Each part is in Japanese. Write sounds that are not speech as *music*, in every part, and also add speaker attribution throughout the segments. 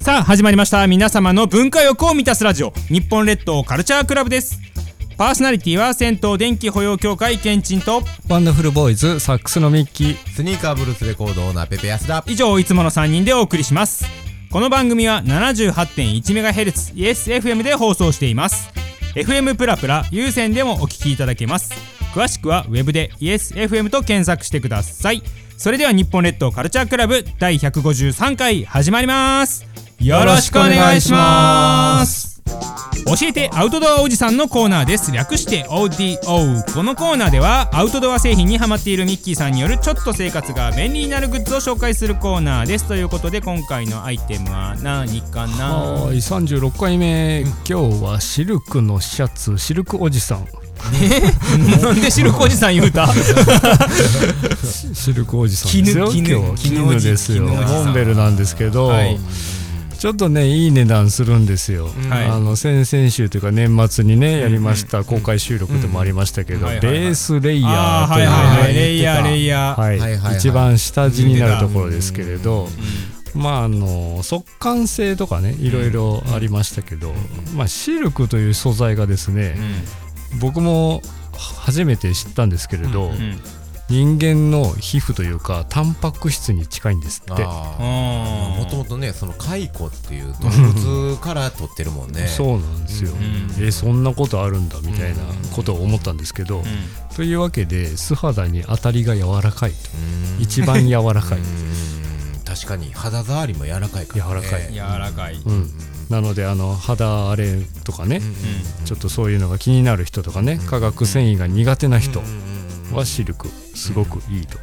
Speaker 1: さあ始まりました皆様の文化欲を満たすラジオ日本列島カルチャークラブですパーソナリティは銭湯電気保養協会ケンチンと
Speaker 2: ワンダフルボーイズサックスのミッキー
Speaker 3: スニーカーブルースレコードオーナーペペヤスだ
Speaker 1: 以上いつもの3人でお送りしますこの番組は 78.1MHz イエス FM で放送しています FM プラプラ有線でもお聞きいただけます詳しくはウェブでイエス FM と検索してくださいそれでは日本列島カルチャークラブ第153回始まりますよろしくお願いします教えてアウトドアおじさんのコーナーです略して ODO このコーナーではアウトドア製品にハマっているミッキーさんによるちょっと生活が便利になるグッズを紹介するコーナーですということで今回のアイテムは何かな
Speaker 2: はい36回目今日はシルクのシャツシルクおじさん
Speaker 1: なんでシルクおじさん言
Speaker 2: *laughs*
Speaker 1: うた
Speaker 2: シルクおじさんですよ
Speaker 1: 絹絹
Speaker 2: 今日
Speaker 1: 絹お
Speaker 2: 絹
Speaker 1: じ
Speaker 2: ですよ
Speaker 1: 絹おじさん
Speaker 2: モンベルなんですけど、
Speaker 1: はい
Speaker 2: ちょっとねいい値段するんですよ、
Speaker 1: はい
Speaker 2: あの先々週というか年末にねやりました公開収録でもありましたけど、
Speaker 1: うんはいはいはい
Speaker 2: レースレイヤ
Speaker 1: あー
Speaker 2: ーと
Speaker 1: はいいう
Speaker 2: の
Speaker 1: はい
Speaker 2: が
Speaker 1: はいレイヤーレイヤー、
Speaker 2: はい
Speaker 3: はいはいはい
Speaker 2: 一番下地になるところですけれど、まああの速乾性とかねいろいろありましたけど、まあ、シルクという素材がです
Speaker 1: う
Speaker 2: ね、
Speaker 1: ん
Speaker 2: 僕も初めて知ったんですけれ
Speaker 1: う
Speaker 2: ど、
Speaker 1: ん
Speaker 2: 人間の皮膚というかタンパク質に近いんですって。
Speaker 3: ああ
Speaker 1: あー
Speaker 3: もともとねその蚕っていう動物から取ってるもんね
Speaker 2: そうなんですよ、
Speaker 1: うん
Speaker 2: えそんなことあるんだみたいなことを思ったんですけど、
Speaker 1: う
Speaker 2: というわけで素肌に当たりが柔らかいと
Speaker 3: うーん
Speaker 2: 一番柔らかい、
Speaker 3: うーん確かに肌触りも柔らかいからね
Speaker 2: 柔らかい
Speaker 1: ん柔
Speaker 3: うん
Speaker 1: らかい、うん
Speaker 2: うん、なのであの肌荒れとかね、ちょっとそういうのが気になる人とかね、化学繊維が苦手な人はシルクすごくいいと。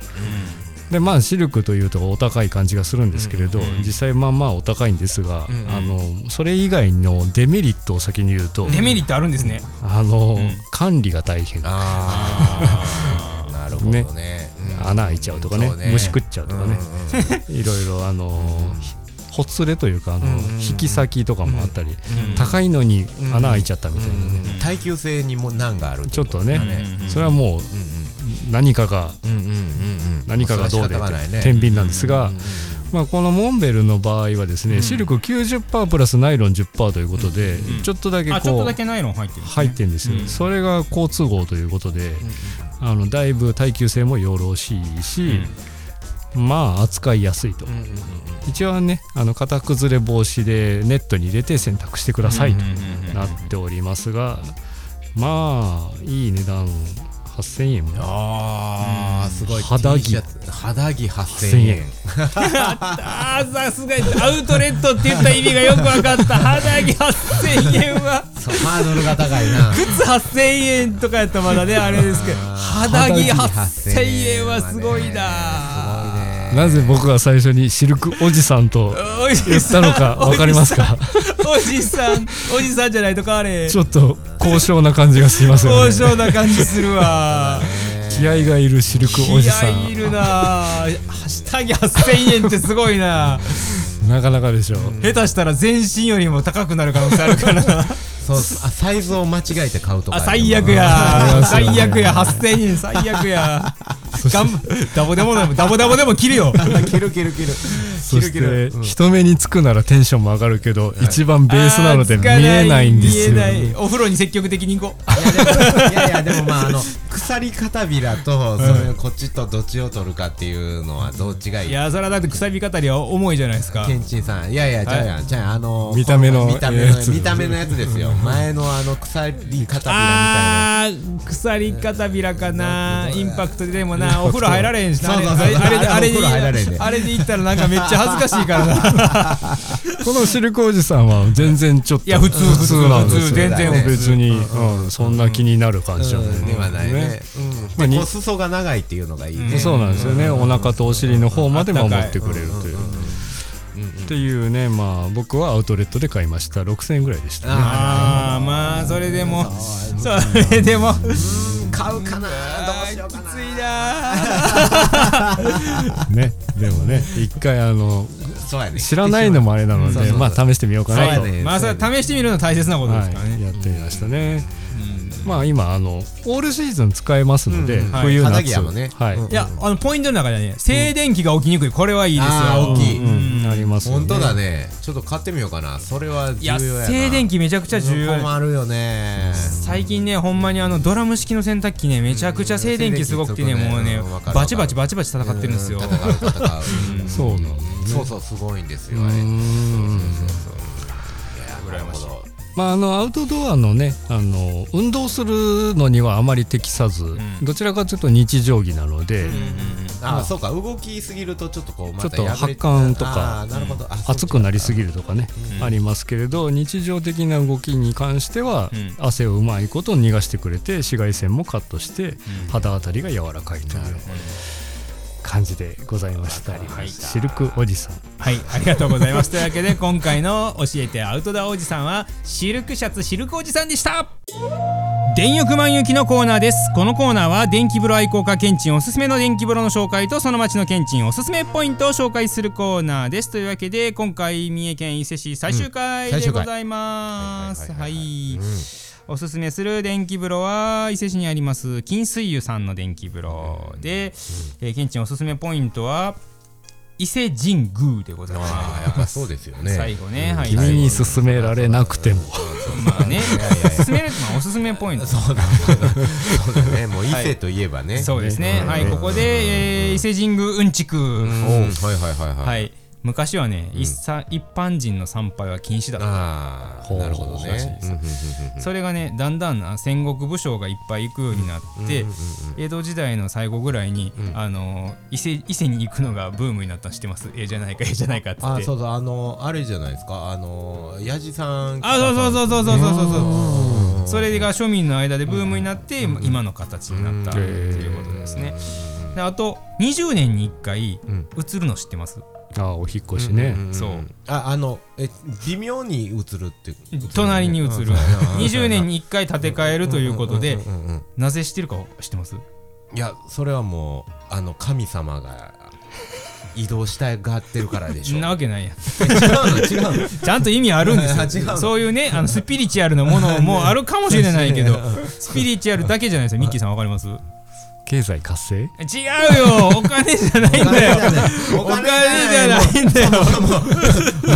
Speaker 2: でまあシルクというとお高い感じがするんですけれど、
Speaker 1: うん
Speaker 2: 実際まあまあお高いんですが、
Speaker 3: ん
Speaker 2: あのそれ以外のデメリットを先に言うと、
Speaker 1: デメリットあるんですね
Speaker 2: あの、
Speaker 1: ん
Speaker 2: 管理が大変
Speaker 3: ああなるほどねうん
Speaker 2: 穴開いちゃうとかね
Speaker 3: そうね
Speaker 2: 虫食っちゃうとかね、いろいろあの、ほつれというかあの、
Speaker 3: うんうんうん
Speaker 2: 引き先とかもあったり、
Speaker 1: うん
Speaker 2: 高いのに穴開いちゃったみたいなね、
Speaker 3: うん耐久性にも難がある
Speaker 2: ちょっとね、
Speaker 1: うんうん
Speaker 2: それはもう
Speaker 3: うんうん
Speaker 2: 何かが
Speaker 3: うんうんうんうん
Speaker 2: 何かがどうで
Speaker 3: それは仕方がないね
Speaker 2: 天秤なんですが、まあ、このモンベルの場合はですね、シルク90%プラスナイロン10%ということで、ちょっとだけ
Speaker 1: あちょっ
Speaker 2: ことう
Speaker 1: だけナイロン入ってるんですね
Speaker 2: 入ってるんですよ、
Speaker 1: うん
Speaker 2: それが好都合ということで、あのだいぶ耐久性もよろしいし、まあ扱いやすいと、
Speaker 3: うんうんうん
Speaker 2: 一応ねあの型崩れ防止でネットに入れて洗濯してください
Speaker 1: う
Speaker 2: と
Speaker 1: んうんうんうん
Speaker 2: なっておりますがまあいい値段8000円も
Speaker 3: あーすごい
Speaker 2: 肌着
Speaker 3: T シャツ肌着8000円
Speaker 1: あーさすがにアウトレットって言った意味がよく分かった肌着8000円は
Speaker 3: そうハードルが高いな
Speaker 1: 靴8000円とかやったらまだねあれですけど肌着8000円はすごいな
Speaker 2: なぜ僕が最初にシルクおじさんと
Speaker 1: おじ
Speaker 2: 言っ
Speaker 1: さ
Speaker 2: た
Speaker 1: ん
Speaker 2: のかわかりますか
Speaker 1: おじさんおじさんじゃないと変われへん
Speaker 2: *laughs* ちょっと高尚な感じがしますよ
Speaker 1: 高
Speaker 2: ね
Speaker 1: 尚な感じするわ
Speaker 2: 気合がいるシルク
Speaker 1: 気
Speaker 2: おじさ
Speaker 1: 合い
Speaker 2: ん
Speaker 1: るな下着8000円ってすごいな
Speaker 2: なかなかでしょう
Speaker 1: 下手したら全身よりも高くなる可能性あるからな
Speaker 3: そうあサイズを間違えて買うとか
Speaker 1: あ最悪
Speaker 2: り
Speaker 1: や
Speaker 2: ます
Speaker 1: 最
Speaker 2: よね
Speaker 1: 悪や8000円最悪や頑張ダボダボでもダボダボでも切るよ
Speaker 3: 切る切る切る
Speaker 2: そ
Speaker 3: 切る
Speaker 2: し
Speaker 3: 切る
Speaker 2: て人目につくならテンションも上がるけど一番ベースなので
Speaker 1: あー
Speaker 2: 見
Speaker 1: つか
Speaker 2: えないんですよ
Speaker 1: 見えないお風呂に積極的に行こう
Speaker 3: いやいやでもまああ *laughs* の鎖片びらとそれこっちとどっちを取るかっていうのはどっちがい
Speaker 1: い
Speaker 3: い
Speaker 1: やそれはだってくさび語りは重いじゃないですか
Speaker 3: ケンチンさんいやいやじゃあやんじゃああの
Speaker 2: 見た目の
Speaker 3: 見た目の
Speaker 2: やつ
Speaker 3: 見た目のやつですよ前のあの鎖片びらみたいな
Speaker 1: あー鎖片びらかなインパクトででもなお風呂入られへんしな
Speaker 3: そうそうそう
Speaker 1: あれあれで
Speaker 3: あ
Speaker 1: あれで
Speaker 3: お風呂入られへんで
Speaker 1: あれで行ったらなんかめっちゃ恥ずかしいからな
Speaker 2: このシルクおじさんは全然ちょっと
Speaker 1: いや普通普通
Speaker 2: なんです
Speaker 1: 普
Speaker 2: よ
Speaker 1: 通全然普通
Speaker 2: 別に、うん、そんな気になる感じじゃない、
Speaker 3: ではないね。
Speaker 2: まあ
Speaker 3: うん。
Speaker 2: に
Speaker 3: で、こう裾が長いっていうのがいいね。
Speaker 2: そうなんですよね、お腹とお尻の方まで守ってくれるという。っていうねまあ僕はアウトレットで買いました6000円ぐらいでしたね
Speaker 1: あーまあそれでもそれでも *laughs*
Speaker 3: 買うかなどうしようか
Speaker 1: き
Speaker 3: な。
Speaker 1: ついなー
Speaker 2: ねでもね一回あの
Speaker 3: そうやね。
Speaker 2: 知らないのもあれなの
Speaker 3: そうそう
Speaker 2: で
Speaker 3: そう
Speaker 2: まあ試してみようか
Speaker 3: そう
Speaker 2: な
Speaker 3: や
Speaker 2: と、
Speaker 3: ね。
Speaker 1: まあそれは試してみるの大切なことですから
Speaker 2: は
Speaker 1: ね
Speaker 2: い、やってみましたね、まあ今あのオールシーズン使えますので、
Speaker 3: うんうん
Speaker 1: はい
Speaker 2: 冬
Speaker 3: 肌着
Speaker 2: 夏
Speaker 3: やもんね
Speaker 2: はい、
Speaker 3: うん
Speaker 1: いやあのポイントの中ではね静電気が起きにくいこれはいいですよ
Speaker 3: あー大きい
Speaker 1: うん
Speaker 2: ありますよね
Speaker 3: 本当だねちょっと買ってみようかなそれは重
Speaker 1: い
Speaker 3: 要
Speaker 1: や
Speaker 3: やな
Speaker 1: 静電
Speaker 3: 気
Speaker 1: 気めちゃくちゃ重要
Speaker 3: 困るよ *laughs* ね
Speaker 1: 最近ねほんまにあのドラム式の洗濯機ねめちゃくちゃ静電気すごくてね
Speaker 3: うん
Speaker 1: もうね
Speaker 3: うんわかる
Speaker 1: バチバチバチバチ戦ってるんですよ
Speaker 3: う戦う戦う
Speaker 2: そうなんだね
Speaker 3: そうそうすごいんですよあれ
Speaker 2: う
Speaker 3: い
Speaker 2: ん
Speaker 3: や羨ましい
Speaker 2: まあ、あのアウトドアのねあの運動するのにはあまり適さず、
Speaker 1: ん
Speaker 2: どちらかというと日常着なので、
Speaker 3: あそうか動きすぎるとちょっとこうまた
Speaker 2: ちょっと
Speaker 3: 破れて
Speaker 2: 発汗とか
Speaker 3: あーなるほど
Speaker 2: 暑くなりす
Speaker 3: ぎ
Speaker 2: ぎるとかね、ありますけれど日常的な動きに関しては、
Speaker 1: うん
Speaker 2: 汗をうまいこと逃がしてくれて紫外線もカットして、肌当たりが柔らかいという感じでございましたシルクおじさん
Speaker 1: はいありがとうございますというわけで今回の「教えてアウトドアおじさん」はシルクシャツシルクおじさんでした電浴満雪のコーナーですこのコーナーは電気風呂愛好家ケンチンおすすめの電気風呂の紹介とその町のケンチンおすすめポイントを紹介するコーナーですというわけで今回三重県伊勢市最終回
Speaker 3: うん最
Speaker 1: で
Speaker 3: 終
Speaker 1: ご
Speaker 3: 回
Speaker 1: ざいます
Speaker 3: はいは
Speaker 1: はい
Speaker 3: はいはい
Speaker 1: おすすめする電気風呂は伊勢市にあります金水湯さんの電気風呂で、えー、ケンチンおすすめポイントは伊勢神宮でございます
Speaker 3: あーやっぱそうですよね
Speaker 1: 最後ね、はい、
Speaker 2: 君に勧められなくても
Speaker 1: まあ
Speaker 3: *laughs*
Speaker 1: ね、勧めるのはおすすめポイント。
Speaker 3: そうだそうだねもう伊勢といえばね
Speaker 1: そうですね、
Speaker 3: ん
Speaker 1: はい、ここで、えー伊勢神宮うんちく。
Speaker 3: うんはいはいはいはい
Speaker 1: はい、昔はね、一さ一般人の参拝は禁止だった。
Speaker 3: ああなるほどねうんうんうん
Speaker 1: それがねだんだんな戦国武将がいっぱい行くようになって、江戸時代の最後ぐらいに、あの伊勢伊勢に行くのがブームになったの知ってますええじゃないかええじゃないかっつって
Speaker 3: あーそうそうあのあれじゃないですかあのやじさん
Speaker 1: あそうそうそうそうそうそうそうそうそれが庶民の間でブームになって今の形になったっていうことですねであと20年に1回
Speaker 3: ん
Speaker 1: 映るの知ってます
Speaker 2: ああお引っ越しね、
Speaker 3: ん
Speaker 1: そう
Speaker 3: ああのえ微妙に映るって
Speaker 1: 隣に映る20年
Speaker 3: に
Speaker 1: に1回建て替えるということでなぜ知ってるか知ってます
Speaker 3: いやそれはもうあの神様が移動したがってるからでし
Speaker 1: そ
Speaker 3: ょ
Speaker 1: んなわけないやん
Speaker 3: 違うの違うの
Speaker 1: ちゃんと意味あるんで
Speaker 3: あ
Speaker 1: す
Speaker 3: 違う
Speaker 1: よ
Speaker 3: の
Speaker 1: そういうねあのスピリチュアルなものもあるかもしれないけどスピリチュアルだけじゃないですよミッキーさんわかります違うよ
Speaker 2: 経済活性
Speaker 1: お金じゃないんだ
Speaker 3: お金
Speaker 1: よ
Speaker 3: *laughs* じゃない
Speaker 1: お金じゃないんだよ
Speaker 3: もう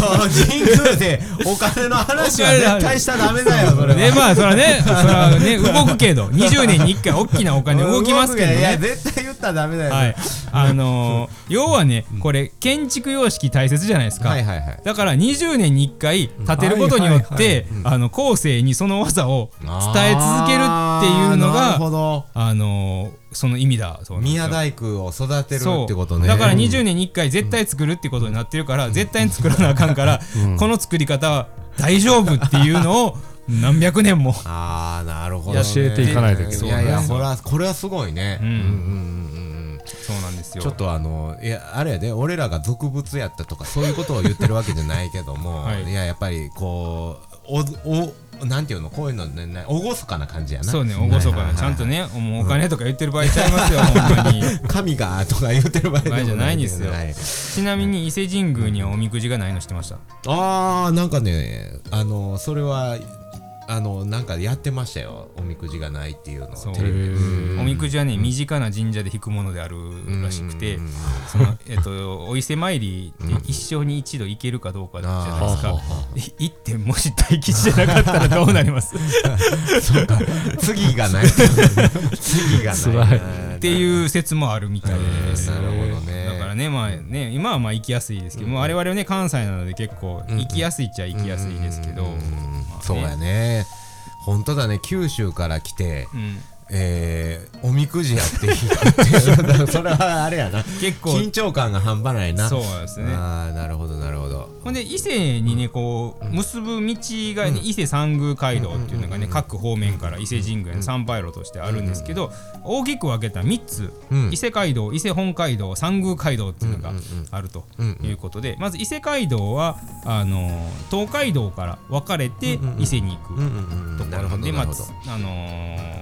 Speaker 3: 神宮でお金の話は絶対しちゃダメだよそれは
Speaker 1: ねまあそらねそらね動くけど20年に1回大きなお金動きますけど
Speaker 3: いや
Speaker 1: ね
Speaker 3: 絶対言ったらダメだよ
Speaker 1: はいあのー要はねこれ建築様式大切じゃないですか、
Speaker 3: はいはいはい
Speaker 1: だから20年に1回建てることによっ
Speaker 2: はいはい
Speaker 1: てあの後世にその技を伝え続けるっていうの
Speaker 3: あーなるほ
Speaker 1: が
Speaker 3: ど
Speaker 1: あのーその意味だそうなんですよ
Speaker 3: 宮大工を育てる
Speaker 1: そう
Speaker 3: ってことね
Speaker 1: だから20年に1回絶対作るってことになってるから、絶対に作らなあかんから、この作り方は大丈夫っていうのを何百年も
Speaker 3: ああなるほど、ね、
Speaker 2: 教えていかないといけない
Speaker 3: いやいや
Speaker 1: そう
Speaker 3: これはこれはすごいね、
Speaker 1: うん
Speaker 3: うんうんうんうん
Speaker 1: そうなんですよ
Speaker 3: ちょっとあのいやあれやで俺らが俗物やったとかそういうことを言ってるわけじゃないけど
Speaker 1: *laughs*
Speaker 3: も、
Speaker 1: はい
Speaker 3: い、ややっぱりこうおおなんていうのこういうのねね厳かな感じやな
Speaker 1: そうね、厳かな、ちゃんとね、もうお金とか言ってる場合ちゃいますよ、 *laughs* ほんまに。
Speaker 3: 神がとか言ってる場合でも
Speaker 1: 場合じゃないんですよ
Speaker 3: はい
Speaker 1: ちなみに伊勢神宮にはおみくじがないの知ってました。
Speaker 3: あーなんかねあのそれはあのなんかやってましたよおみくじがないっていうの
Speaker 1: そ
Speaker 3: を
Speaker 1: う
Speaker 3: テレビで
Speaker 1: おみくじはね、身近な神社で引くものであるらしくて、その、えっと、お伊勢参りって一生に一度行けるかどうかじゃないです
Speaker 3: あー
Speaker 1: か
Speaker 3: はあは。
Speaker 1: い行って、もし大吉じゃなかったらどうなります
Speaker 3: *laughs*
Speaker 1: っ
Speaker 3: 次がない次が
Speaker 2: 辛
Speaker 3: ない
Speaker 2: い
Speaker 1: ていう説もあるみたいです。
Speaker 3: なるほどね
Speaker 1: だからね、まあね、今はまあ行きやすいですけど、我々はね、関西なので結構行きやすいっちゃ行きやすいですけど、まあね
Speaker 3: そうやね本当だね九州から来て、
Speaker 1: うん
Speaker 3: えーおみくじやっていいかっていうだから *laughs* それはあれやな
Speaker 1: 結構
Speaker 3: 緊張感が半端ないな
Speaker 1: そうですね
Speaker 3: ああなるほどなるほど
Speaker 1: ほんで伊勢にねこう結ぶ道がね、伊勢三宮街道っていうのがね、各方面から伊勢神宮の参拝路としてあるんですけど、大きく分けた3つ、
Speaker 3: うん
Speaker 1: 伊勢街道伊勢本街道三宮街道っていうのがあるということで、まず伊勢街道はあの東海道から分かれて
Speaker 3: うんうんうん
Speaker 1: 伊勢に行く
Speaker 3: うんうん
Speaker 1: とこ
Speaker 3: うんなる
Speaker 1: ろ
Speaker 3: ほど
Speaker 1: で、
Speaker 3: な
Speaker 1: ま
Speaker 3: る
Speaker 1: あ
Speaker 3: ほど
Speaker 1: つあの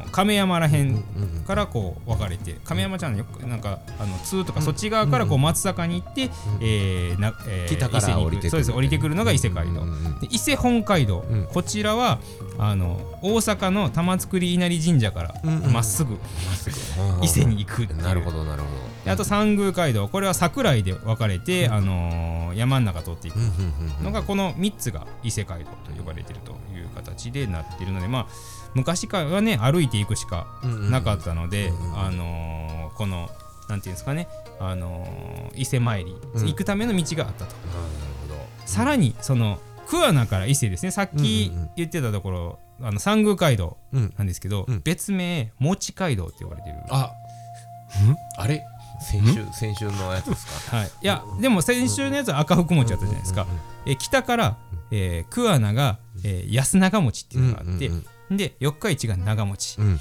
Speaker 1: ー亀山らへん
Speaker 3: うんうん
Speaker 1: からこう分かれて亀山ちゃんのよくなんかあの通とかそっち側からこう松坂に行って、えーなえー
Speaker 3: 北から
Speaker 1: 伊勢に行
Speaker 3: 降りてくる
Speaker 1: そうです降りてくるのが伊勢街道、
Speaker 3: うんうんうん
Speaker 1: で伊勢本街道、
Speaker 3: うん
Speaker 1: こちらはあの大阪の玉造稲荷神社から
Speaker 3: うんうんうん
Speaker 1: まっすぐ
Speaker 3: うん
Speaker 1: 伊勢に行くっていう
Speaker 3: なるほどなるほ
Speaker 1: であと三宮街道これは桜井で分かれて、あのー山ん中通っていく
Speaker 3: どうんうんうん
Speaker 1: のがこの3つが異世界と呼ばれてるという形でなってるのでまあ昔からはね歩いていくしかなかったので、あのーこのなんていうんですかね、あのー伊勢参り
Speaker 3: うん
Speaker 1: 行くための道があったと、
Speaker 3: あーなるほど
Speaker 1: さらにその桑名から伊勢ですねさっき
Speaker 3: うんうんうん
Speaker 1: 言ってたところ、あの三宮街道
Speaker 3: うん
Speaker 1: なんですけど、
Speaker 3: うん
Speaker 1: 別名餅街道って呼ばれてる
Speaker 3: ああれ先週先週のやつですか
Speaker 1: はい、いやでも先週のやつは赤福餅だったじゃないですか、え北から、えー桑名が、えー安長餅っていうのがあって、
Speaker 3: うんうん
Speaker 1: で四日市が長餅
Speaker 3: う、ん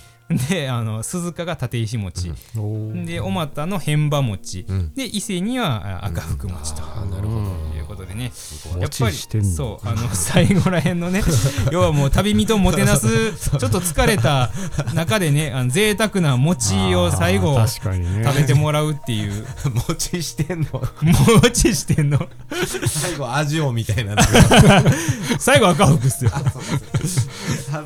Speaker 1: であの鈴鹿が立石餅、
Speaker 2: おー
Speaker 1: で小俣の変場餅、
Speaker 3: うん
Speaker 1: で伊勢にはあ赤福餅と、
Speaker 3: あーなるほど
Speaker 1: いうことでね
Speaker 2: ごい
Speaker 1: やっぱ
Speaker 2: 餅してん
Speaker 1: り
Speaker 2: の
Speaker 1: そうあの *laughs* 最後らへんの
Speaker 3: *laughs*
Speaker 1: ね要はもう旅人をもてなすちょっと疲れた中でねあの贅沢な餅を最後
Speaker 2: あー
Speaker 1: 食
Speaker 2: 確かにね
Speaker 1: べてもらうって
Speaker 3: *laughs*
Speaker 1: いう
Speaker 3: 餅し
Speaker 1: *laughs*
Speaker 3: てんの
Speaker 1: 餅してんの
Speaker 3: *laughs* 最後味をみたい *laughs* なのが
Speaker 1: 最後赤福っすよ
Speaker 3: あそ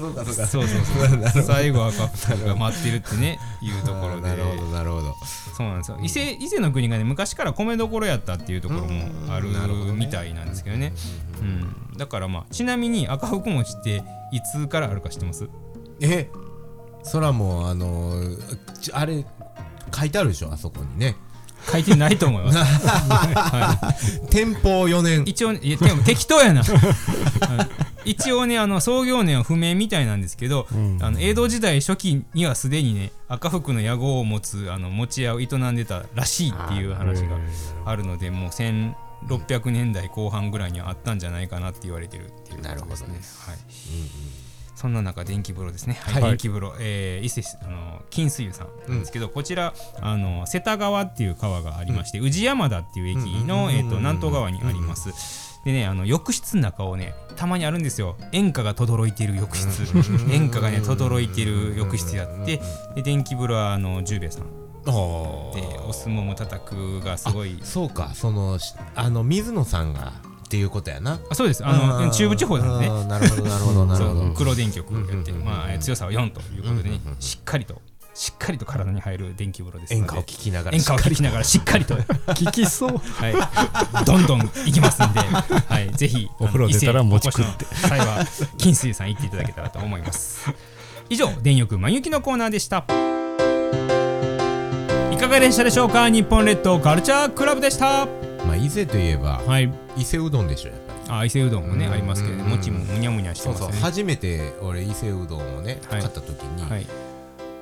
Speaker 3: うかそうか
Speaker 1: そうそう
Speaker 3: そうなるほ
Speaker 1: そう最後赤福が待ってるってねいうところ
Speaker 3: ど
Speaker 1: で
Speaker 3: なるほどなるほど
Speaker 1: そうなんですよ伊勢伊勢の国がね昔から米どころやったっていうところもある
Speaker 3: うんなるほどね
Speaker 1: みたいなんですけどね、うん、だからまあちなみに赤福餅っていつからあるか知ってます
Speaker 3: えそらもうあのーちあれ書いてあるでしょあそこにね
Speaker 1: 書いてないと思います、は
Speaker 3: 天保4年
Speaker 1: い、一応ねいやでも適当やな、はい一応ねあの創業年は不明みたいなんですけど、あの江戸時代初期にはすでにね赤福の屋号を持つあの餅屋を営んでたらしいっていう話があるのでもう1600年代後半ぐらいにはあったんじゃないかなって言われてるっていう
Speaker 3: なるほど
Speaker 1: ですね
Speaker 3: ね。
Speaker 1: はいそんな中電気風呂ですね、はい
Speaker 2: はい
Speaker 1: 電気風呂、えー伊勢あの金水湯さんなんですけど、こちらあの瀬田川っていう川がありまして、宇治山田っていう駅の、えー、と南東側にあります、でねあの浴室の中をねたまにあるんですよ演歌が轟いている浴室演歌がね轟いている浴室やってで電気風呂はあの十兵衛さん
Speaker 3: お
Speaker 1: でお相撲も叩くがすごい
Speaker 3: そうかそのしあの水野さんがっていうことやな
Speaker 1: あそうですあの
Speaker 3: うん
Speaker 1: 中部地方なんでね
Speaker 3: うんなるほどな *laughs* るほどなるほ
Speaker 1: そ
Speaker 3: ど
Speaker 1: う黒電極をやって、
Speaker 3: うんうんうん
Speaker 1: まあ、えー強さは4ということでね、しっかりとしっかりと体に入る電気風呂ですの
Speaker 3: 演
Speaker 1: で
Speaker 3: 歌を聞きながら
Speaker 1: 演歌を聴きながらしっかりと、
Speaker 2: 聞きそう
Speaker 1: はい、どんどん行きますんで、はい、
Speaker 3: *laughs*
Speaker 1: ぜひ
Speaker 2: お風呂出たら
Speaker 1: あの
Speaker 2: 餅食って
Speaker 1: 伊勢にお越しの際は金水さん行っていただけたらと思います
Speaker 3: *laughs*
Speaker 1: 以上電力満雪のコーナーでしたいかがでしたでしょうか日本列島カルチャークラブでした
Speaker 3: まあ伊勢といえば
Speaker 1: はい
Speaker 3: 伊勢うどんでしょやっぱり
Speaker 1: あ伊勢うどんもねありますけど
Speaker 3: うん
Speaker 1: 餅もむにゃむにゃして
Speaker 3: そう
Speaker 1: ます
Speaker 3: そう
Speaker 1: よね
Speaker 3: 初めて俺伊勢うどんをね
Speaker 1: はい
Speaker 3: 買った時
Speaker 1: は
Speaker 3: に
Speaker 1: い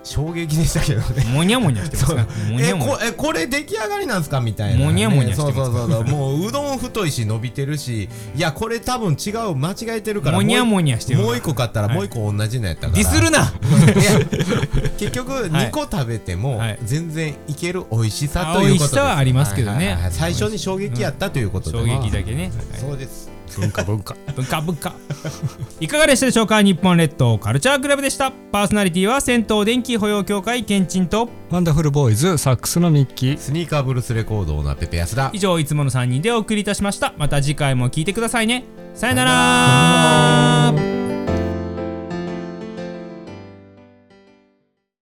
Speaker 3: 衝撃でしたけどね
Speaker 1: もにゃもにゃしてますねもに
Speaker 3: え
Speaker 1: ゃもにゃ
Speaker 3: こえこれ出来上がりなんすかみたいな、ね、
Speaker 1: もにゃもにゃして
Speaker 3: そ
Speaker 1: ま
Speaker 3: う
Speaker 1: す
Speaker 3: そうそうそうもううどん太いし伸びてるしいやこれ多分違う間違えてるから
Speaker 1: もにゃも
Speaker 3: に
Speaker 1: にゃしてる
Speaker 3: もう一個買ったら
Speaker 1: はい
Speaker 3: もう一個同じのやったから、
Speaker 1: ディスるな
Speaker 3: いや結
Speaker 1: *laughs*
Speaker 3: 局2個食べても
Speaker 1: はい
Speaker 3: 全然いける美味しさ
Speaker 1: あ
Speaker 3: ということです
Speaker 1: 美味しさはありますけどね
Speaker 3: はいはいはい最初に衝撃やったということで、
Speaker 1: 衝撃だけね、
Speaker 3: そうです
Speaker 2: 文化文化
Speaker 1: ぶかぶか *laughs* いかがでしたでしょうか日本列島カルチャークラブでしたパーソナリティは銭湯電気保養協会けんちんと
Speaker 2: ワンダフルボーイズサックスのミッキー
Speaker 3: スニーカーブルースレコードのペペヤスだ
Speaker 1: 以上いつもの3人でお送りいたしましたまた次回も聞いてくださいねさよなら